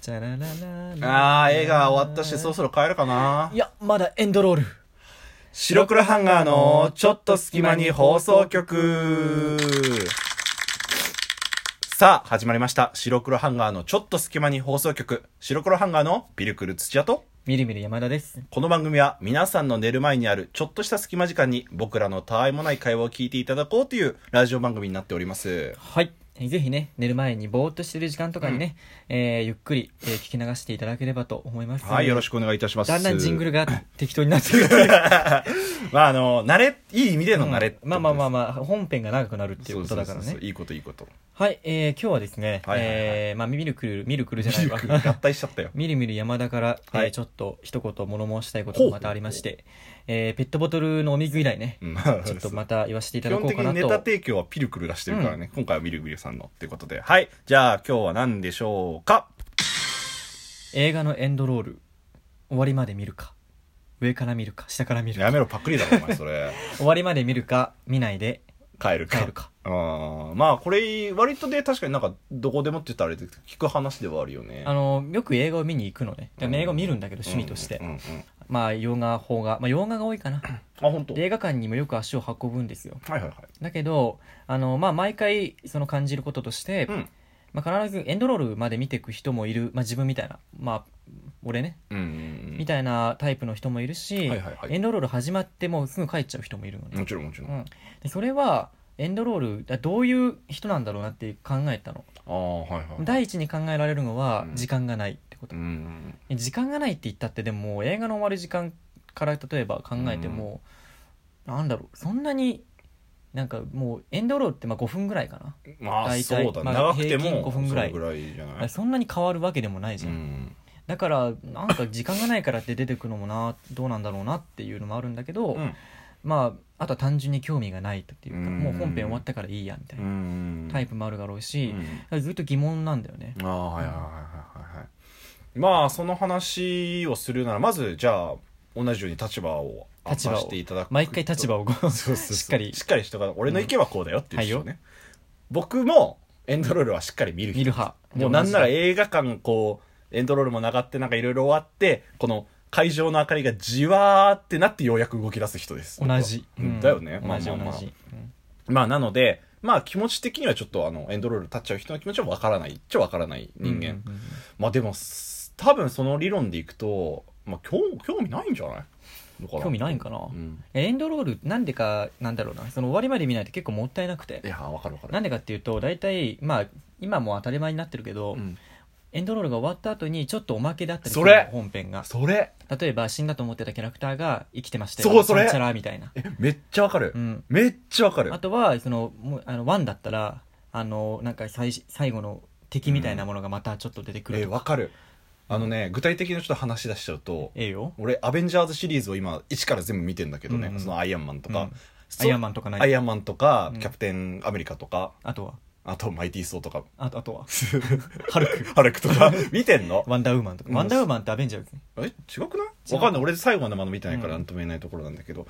チャラララ。あー、映画終わったし、そろそろ帰るかないやまだエンドロール白黒ハンガーのちょっと隙間に放送局。さあ、始まりました。白黒ハンガーのちょっと隙間に放送局。白黒ハンガーのビルクル土屋と、みるみる山田ですこの番組は皆さんの寝る前にあるちょっとした隙間時間に僕らのたわいもない会話を聞いていただこうというラジオ番組になっております。はいえぜひね寝る前にぼーっとしてる時間とかにね、えーゆっくり、えー聞き流していただければと思いますはい、よろししくお願いいたします。だんだんジングルが適当になってくる まあ、あの、慣れ、いい意味での慣れってことです、まあまあまああ、まあ本編が長くなるっていうことだからねいいこと、いいこと。はい、えー、今日はですね、はいはいはいえーまあ、ミルクル、ミルクルじゃないわ。合体しちゃったよ。みるみる山田から、はえーいちょっと一言物申したいことがまたありまして、えーペットボトルのお水以来ね、うんちょっとまた言わせていた基だ本こう的かなにと。ネタ提供はピルクル出してるからね、今回はミルクルさんのっていうことではいじゃあ今日は何でしょうか映画のエンドロール、終わりまで見るか、上から見るか、下から見るやか、めろパクリだろお前そ れ終わりまで見るか、見ないで帰るか帰るか。あーまあこれ割とで確かになんかどこでもって言ったらあれで聞く話ではあるよねあの、よく映画を見に行くのね。でも映画を見るんだけど、趣味として。うんうんうんうんまあ、洋画、邦画。まあ、洋画が多いかな。あ本当。ではい映画館にもよく足を運ぶんですよ。はいはいだけどあの、まあ、毎回その感じることとして、うんまあ、必ずエンドロールまで見ていく人もいる、まあ、自分みたいな、まあ、俺ね、うんうんみたいなタイプの人もいるし、はいはいはいエンドロール始まってもうすぐ帰っちゃう人もいるのうんもね、ちろんもちろん、うあんでそれはエンドロールあどういう人なんだろうなって考えたのあーはいはい第一に考えられるのはうん時間がないってことう、ん時間がないって言ったってでももう映画の終わる時間から例えば考えても、なんだろうそんなになんかもうエンドロールってまあ5分ぐらいかなまあ大体そうだ、まあ長くて平均も5分ぐらいそのぐらいじゃないそんなに変わるわけでもないじゃん、んだからなんか時間がないからって出てくのもなどうなんだろうなっていうのもあるんだけど、うんまああとは単純に興味がないっていうか、うんもう本編終わったからいいやみたいなうんタイプもあるだろうし、だかうんらずっと疑問なんだよね、ああはいはいはいはいはいまあその話をするならまずじゃあ同じように立場を明か立場をしていただく毎回立場をごそうそうそうしっかりしっかり人が俺の意見はこうだよっていう人うね、んは僕もエンドロールはしっかり見る人見る派もうなんならえ映画館こうエンドロールも流ってなんかいろいろ終わってこの会場の明かりがじわーってなってようやく動き出す人です同じ、僕はうんだよね、まあ同じま同じ、あまあうんまあなのでまあ気持ち的にはちょっとあのエンドロール立っちゃう人の気持ちはわからないっちゃわからない人間、うんうんうんまあでもす多分その理論でいくと、まあ、興興味ないんじゃないのかな興味ないんかな、うん、エンドロールなんでかなんだろうなその終わりまで見ないって結構もったいなくいてやわかるわかるなんでかっていうと大体まあ今もう当たり前になってるけど、うんエンドロールが終わった後にちょっとおまけだったりすそれる本編がそれ例えば死んだと思ってたキャラクターが生きてましたそうそれちゃんちゃらみたいな、えめっちゃわかる、うん、めっちゃわかるあとはそのもうあのワンだったらあのなんか最最後の敵みたいなものがまたちょっと出てくるえとか、わかるあのね具体的にちょっと話し出しちゃうとええよ俺アベンジャーズシリーズを今一から全部見てんだけどね、うんうんそのアイアンマンとか、うんそアイアンマンとかなアいイアンマンとか、うんキャプテンアメリカとかあとはあとマイティー・ソーとかあとあとはハルクハルク とか見てんのワンダーウーマンとかうんワンダーウーマンってアベンジャーズねえ違くない違うわかんない俺最後までまだ見てないからうんなんとも言えないところなんだけど、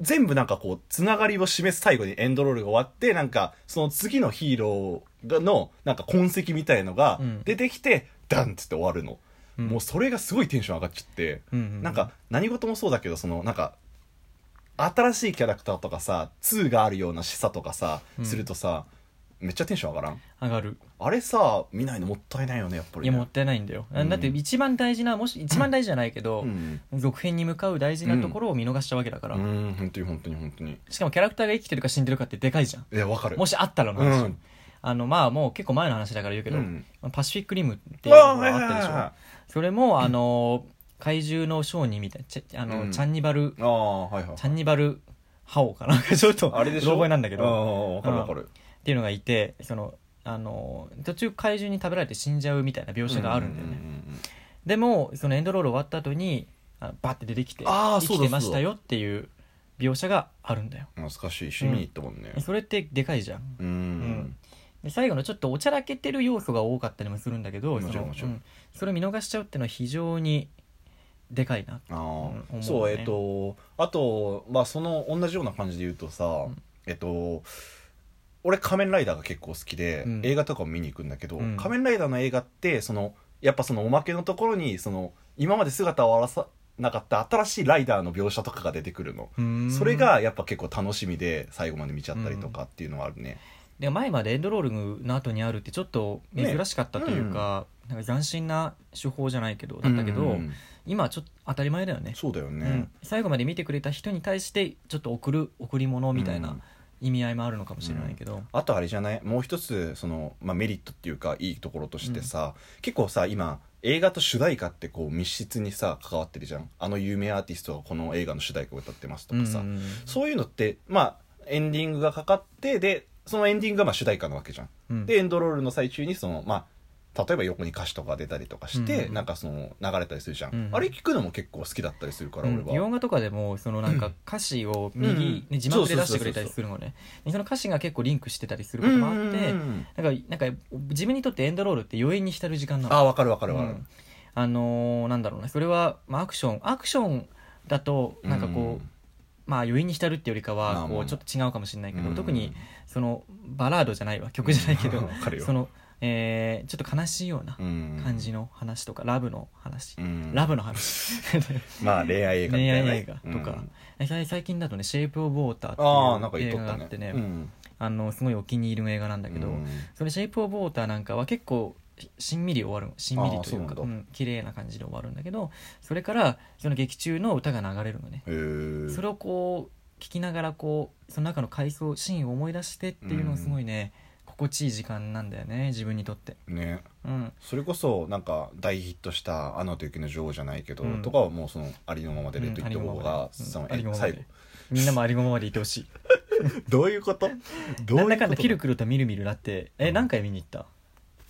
全部なんかこうつながりを示す最後にエンドロールが終わってなんかその次のヒーローがのなんか痕跡みたいのがうん出てきて、ダンっつって終わるの、うんもうそれがすごいテンション上がっちゃって、うんうんうんなんか何事もそうだけどそのなんか新しいキャラクターとかさ2があるような示唆とかさ、うんするとさめっちゃテンション上がらん上がるあれさ見ないのもったいないよねやっぱり、いね、やもったいないんだよ、うんだって一番大事なもし一番大事じゃないけど、うん続編に向かう大事なところを見逃したわけだから、うん本当に本当に本当にしかもキャラクターが生きてるか死んでるかってでかいじゃんいやわかるもしあったらの話、うんあのまあもう結構前の話だから言うけど、うんパシフィックリムっていうのあーがはいはいあったでしょ、はそれもあの怪獣の商人みたいなちあの、うんチャンニバルいああはいはいチャンニバルハオかなん かちょっとあれでしょロボなんだけあどあわかるわかるっていうのがいてそのあの途中怪獣に食べられて死んじゃうみたいな描写があるんだよね、でもそのエンドロール終わった後にあバッて出てきてあー生そうきだてましたよっていう描写があるんだよ懐かしいし見に行ったもんねそれってでかいじゃんうんんで最後のちょっとおちゃらけてる要素が多かったりもするんだけどもちろんそのもちろんうそれを見逃しちゃうっていうのは非常にでかいなあーうんそうえっ思とあとまあその同じような感じで言うとさんえっと俺仮面ライダーが結構好きでうん映画とかも見に行くんだけどうん仮面ライダーの映画ってそのやっぱそのおまけのところにその今まで姿を現さなかった新しいライダーの描写とかが出てくるの、うんそれがやっぱ結構楽しみで最後まで見ちゃったりとかっていうのはあるね、で前までエンドロールの後にあるってちょっと珍しかったというか,、なんか斬新な手法じゃないけどだったけど、うん今はちょっと当たり前だよねそうだよね、うん、最後まで見てくれた人に対してちょっと送る贈り物みたいうなん意味合いもあるのかもしれないけど、あとあれじゃないもう一つその、まあ、メリットっていうかいいところとしてさ、結構さ今映画と主題歌ってこう密室にさ関わってるじゃんあの有名アーティストがこの映画の主題歌を歌ってますとかさ、うんそういうのってまあエンディングがかかってでそのエンディングがまあ主題歌なわけじゃん、うんでエンドロールの最中にそのまあ例えば横に歌詞とか出たりとかして、うんなんかその流れたりするじゃん、うんあれ聞くのも結構好きだったりするから、うん俺は洋画とかでもそのなんか歌詞を右、うんね、字幕で出してくれたりするのねでその歌詞が結構リンクしてたりすることもあって、うんなんかなんか自分にとってエンドロールって余韻に浸る時間なのあ分かる分かる分かうるん、あのーなんだろうねそれは、まあ、アクションアクションだとなんかこう、うんまあ余韻に浸るってよりかまあはまあこまうあちょっと違うかもしれないけど、うん特にそのバラードじゃないわ曲じゃないけどうんわかるよその、えーちょっと悲しいようなうん感じの話とか、ラブの話、うんラブの話まあ恋愛映画み恋たい愛な映画とうかん、最最近だとね「シェイプ・オブ・ウォーター」ああなっんかてい言うっ映と画っがあたっねてねうんあのすごいお気に入りの映画なんだけど、うんそれ「シェイプ・オブ・ウォーター」なんかは結構ししんみり終わるしんみりというあかーそうなんだうん綺麗な感じで終わるんだけどそれからその劇中の歌が流れるのねへーそれをこう聞きながらこうその中の回想シーンを思い出してっていうのがすごいね、心地いい時間なんだよね自分にとってねうんそれこそなんか大ヒットした「アナと雪の女王」じゃないけど、うんとかはもうそのありのままでレッド・イット・ゴーが、うんそのありえのまま最でみんなもありのままでいてほしい後どういうこと どういうことなんだかんだピルクルとみるみるだってえ、うん何回見に行った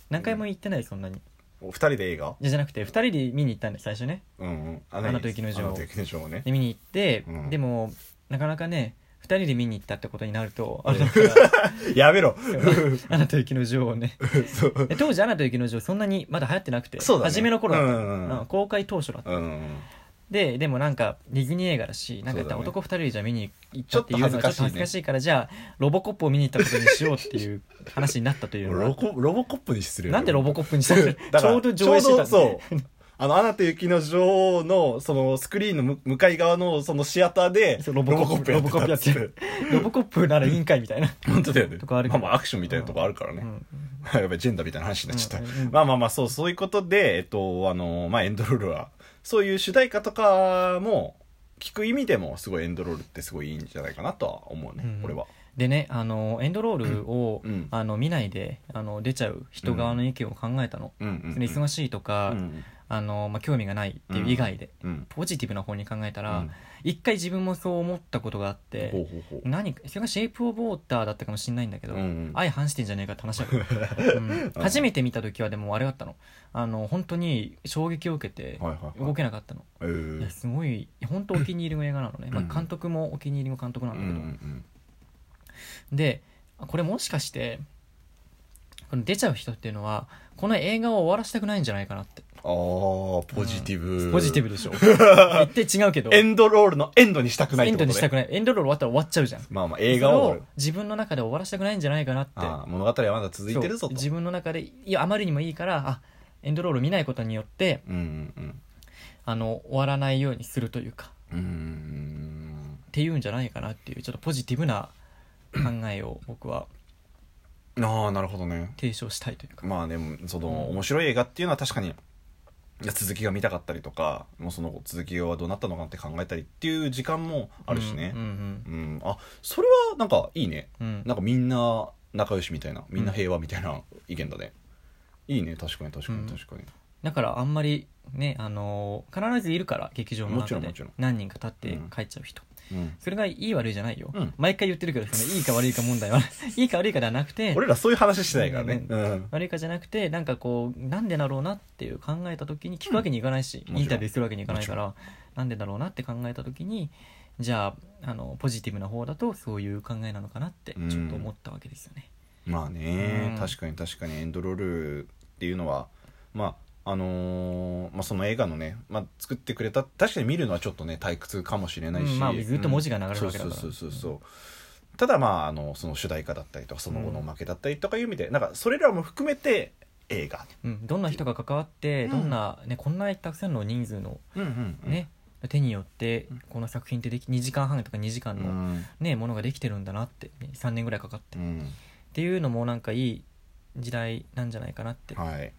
何回も行ってないそんなにお二人で映画じゃじゃなくて2人で見に行ったんだよ最初ねうんうんアアナと雪の女王アナと雪の女王ねで見に行って、うんでもなかなかね2人で見に行ったってことになるとあれだ や めろアナと雪の女王」をねそうで当時「アナと雪の女王」そんなにまだ流行ってなくて、そうだね初めの頃だった、うんうんうんうん公開当初だったうんうんででもなんかディズニー映画だしなんかやっそうただらね男2人じゃ見に行っちゃって言うのはちちょょっとっ恥ずと恥ずかかししいからじゃあロボコップを見に行ったことにしようっていう話になったというのロはコロボコップに失礼なんでロボコップにしたの だちからょうど上映してたんちょうどそう あの、アナと雪の女王の、その、スクリーンのむ向かい側の、そのシアターで、そうロボコップロボコップやってたっロボコッつっプロボコッてプならいいんかいみたいな本当だよね。とかあるけまどあまあ、アクションみたいなとこあるからね。うんまあやっぱりジェンダーみたいな話になっちゃった。うんうんうん まあまあまあ、そう、そういうことで、えっと、あの、まあ、エンドロールは、そういう主題歌とかも、聞く意味でも、すごいエンドロールってすごいいいんじゃないかなとは思うね、うん俺は。でねあのエンドロールを、うんあの見ないであの出ちゃう人側の意見を考えたの、うんうん、それ忙しいとか、うんあのまあ、興味がないっていう以外で、うん。ポジティブな方に考えたら、うん一回自分もそう思ったことがあって、ほうほうほう。何かそれがシェイプ・オブ・ウォーターだったかもしれないんだけど、うんうん相反してんじゃねえかって話だ から、うん初めて見た時はでもあれだったのあの本当に衝撃を受けてはいはいはい。動けなかったの、えーいやすごい本当お気に入りの映画なのね、まあ、うん監督もお気に入りの監督なうんんだうけど、んであこれもしかしてこの出ちゃう人っていうのはこの映画を終わらせたくないんじゃないかなってうん。ああ、ポジティブ。ポジティブ でしょ言って違うけどエンドロールのエンドにしたくないエっンてドことにしたね。くないエンドロール終わったら終わっちゃうじゃんまあまあ映画それをを自分の中で終わらせたくないんじゃないかなってああ物語はまだ続いてるぞそうと。自分の中でいやあまりにもいいからあエンドロール見ないことによってうんうんあの終わらないようにするというかうん。うーん。っていうんじゃないかなっていうちょっとポジティブな考えを僕はああ、なるほどね。提唱したいというかまあでも、その、面白い映画っていうのは確かに、いや続きが見たかったりとか、もうその続きはどうなったのかなって考えたりっていう時間もあるしねうん。うんうん、あ、それはなんかいいね。うん、うんなんかみんな仲良しみたいな、みんな平和みたいな 意見だね。いいね、確かに確かに確かに。だからあんまりねあのー必ずいるから劇場の中もちろんでもちろん何人か立ってうん帰っちゃう人、うん。それがいい悪いじゃないよ、うん毎回言ってるけどそのいいか悪いか問 題はいいか悪いかではなくて俺らそういう話してないからね。ううん。悪いかじゃなくてなんかこうなんでだろうなっていう考えた時に聞くわけにいかないし、うんインタビューするわけにいかないかもらなんでだろうなって考えた時にじゃああのポジティブな方だとそういう考えなのかなってちょっと思ったわけですよね。まあね、うん確かに確かにエンドロールっていうのはまああのーまあ、その映画のね、まあ、作ってくれた確かに見るのはちょっとね退屈かもしれないし、うんまあずっと文字が流れるうんわけだからそうそうそうそうただまああのその主題歌だったりとかその後のおまけだったりとかいう意味で、なんかそれらも含めて映画、うん、どんな人が関わって、うんどんな、ね、こんなたくさんの人数の、うんうんうん、ね手によってうんこの作品ってでき2時間半とか2時う間の、ん、ねものができてるんだなって、ね、3年ぐらいかかって、うっん、ていうのもなんかいい時代なんじゃないかなってはい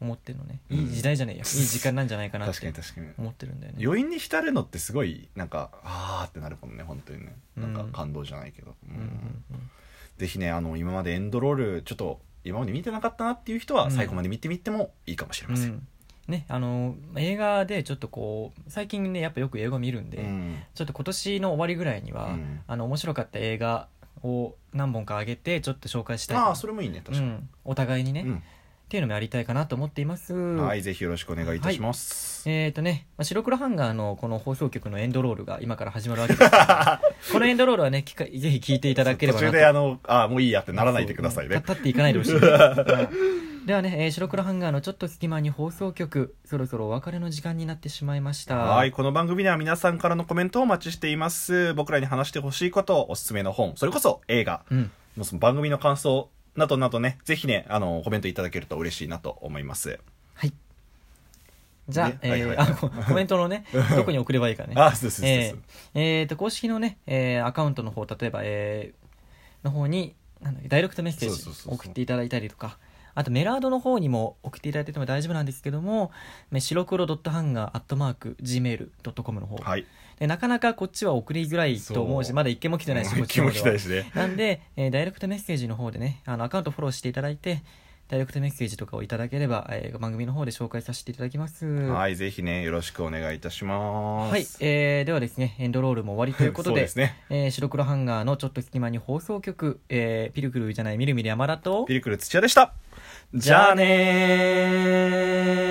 思ってるのね、うんいい時代じゃねえ やいい時間なんじゃないかなっ確かにて確かに思ってるんだよね。余韻に浸るのってすごいなんかあーってなるもんね本当にねなんかうん感動じゃないけど、ううんんうんうんぜひねあの今までエンドロールちょっと今まで見てなかったなっていう人はうん最後まで見てみてもいいかもしれうません、んねあの映画でちょっとこう最近ねやっぱよく映画見るんで、うんちょっと今年の終わりぐらいには、うんあの面白かった映画を何本か上げてちょっと紹介したいああそれもいいね確うかに、ん、お互いにね、っうんていうのもやりたいかなと思っています、はいぜひよろしくお願いいたします、えっ、とね、まあ、白黒ハンガーのこの放送局のエンドロールが今から始まるわけ ですからこのエンドロールはね、聞かぜひ聞いていただければ途なと中であのあーもういいやってならないでくださいそうね立立っていかないでほしいね、はいではね、えー白黒ハンガーのちょっと隙間に放送局、そろそろお別れの時間になってしまいました。はい。この番組では皆さんからのコメントをお待ちしています。僕らに話してほしいこと、おすすめの本、それこそ映画、うん。もうその番組の感想などなどね、ぜひね、あの、コメントいただけると嬉しいなと思います。はい。じゃあ、ねえはいーはいあのコメントの ね、どこに送ればいいかね。あ、そうそうそうそう。えーえーと、公式のね、えーアカウントの方、例えば、えーの方に、なんだっけダイレクトメッセージそうそうそうそう送っていただいたりとか、あとメラードの方にも送っていただいても大丈夫なんですけども、ね白黒ドットハンガーアットマーク Gmail.com の方、はい。でなかなかこっちは送りづらいと思うしそうまだ一件も来てないしこっち 気のも方で期は待しね。なんで、えーダイレクトメッセージの方でねあのアカウントフォローしていただいてダイレクトメッセージとかをいただければ、えー番組の方で紹介させていただきますははい、ぜひね、よろしくお願いいたします。い、えーではですねエンドロールも終わりということそうでですね。えー白黒ハンガーのちょっと隙間に放送局、えーピルクルじゃないみるみる山田とピリクル土屋でした。じゃあねー。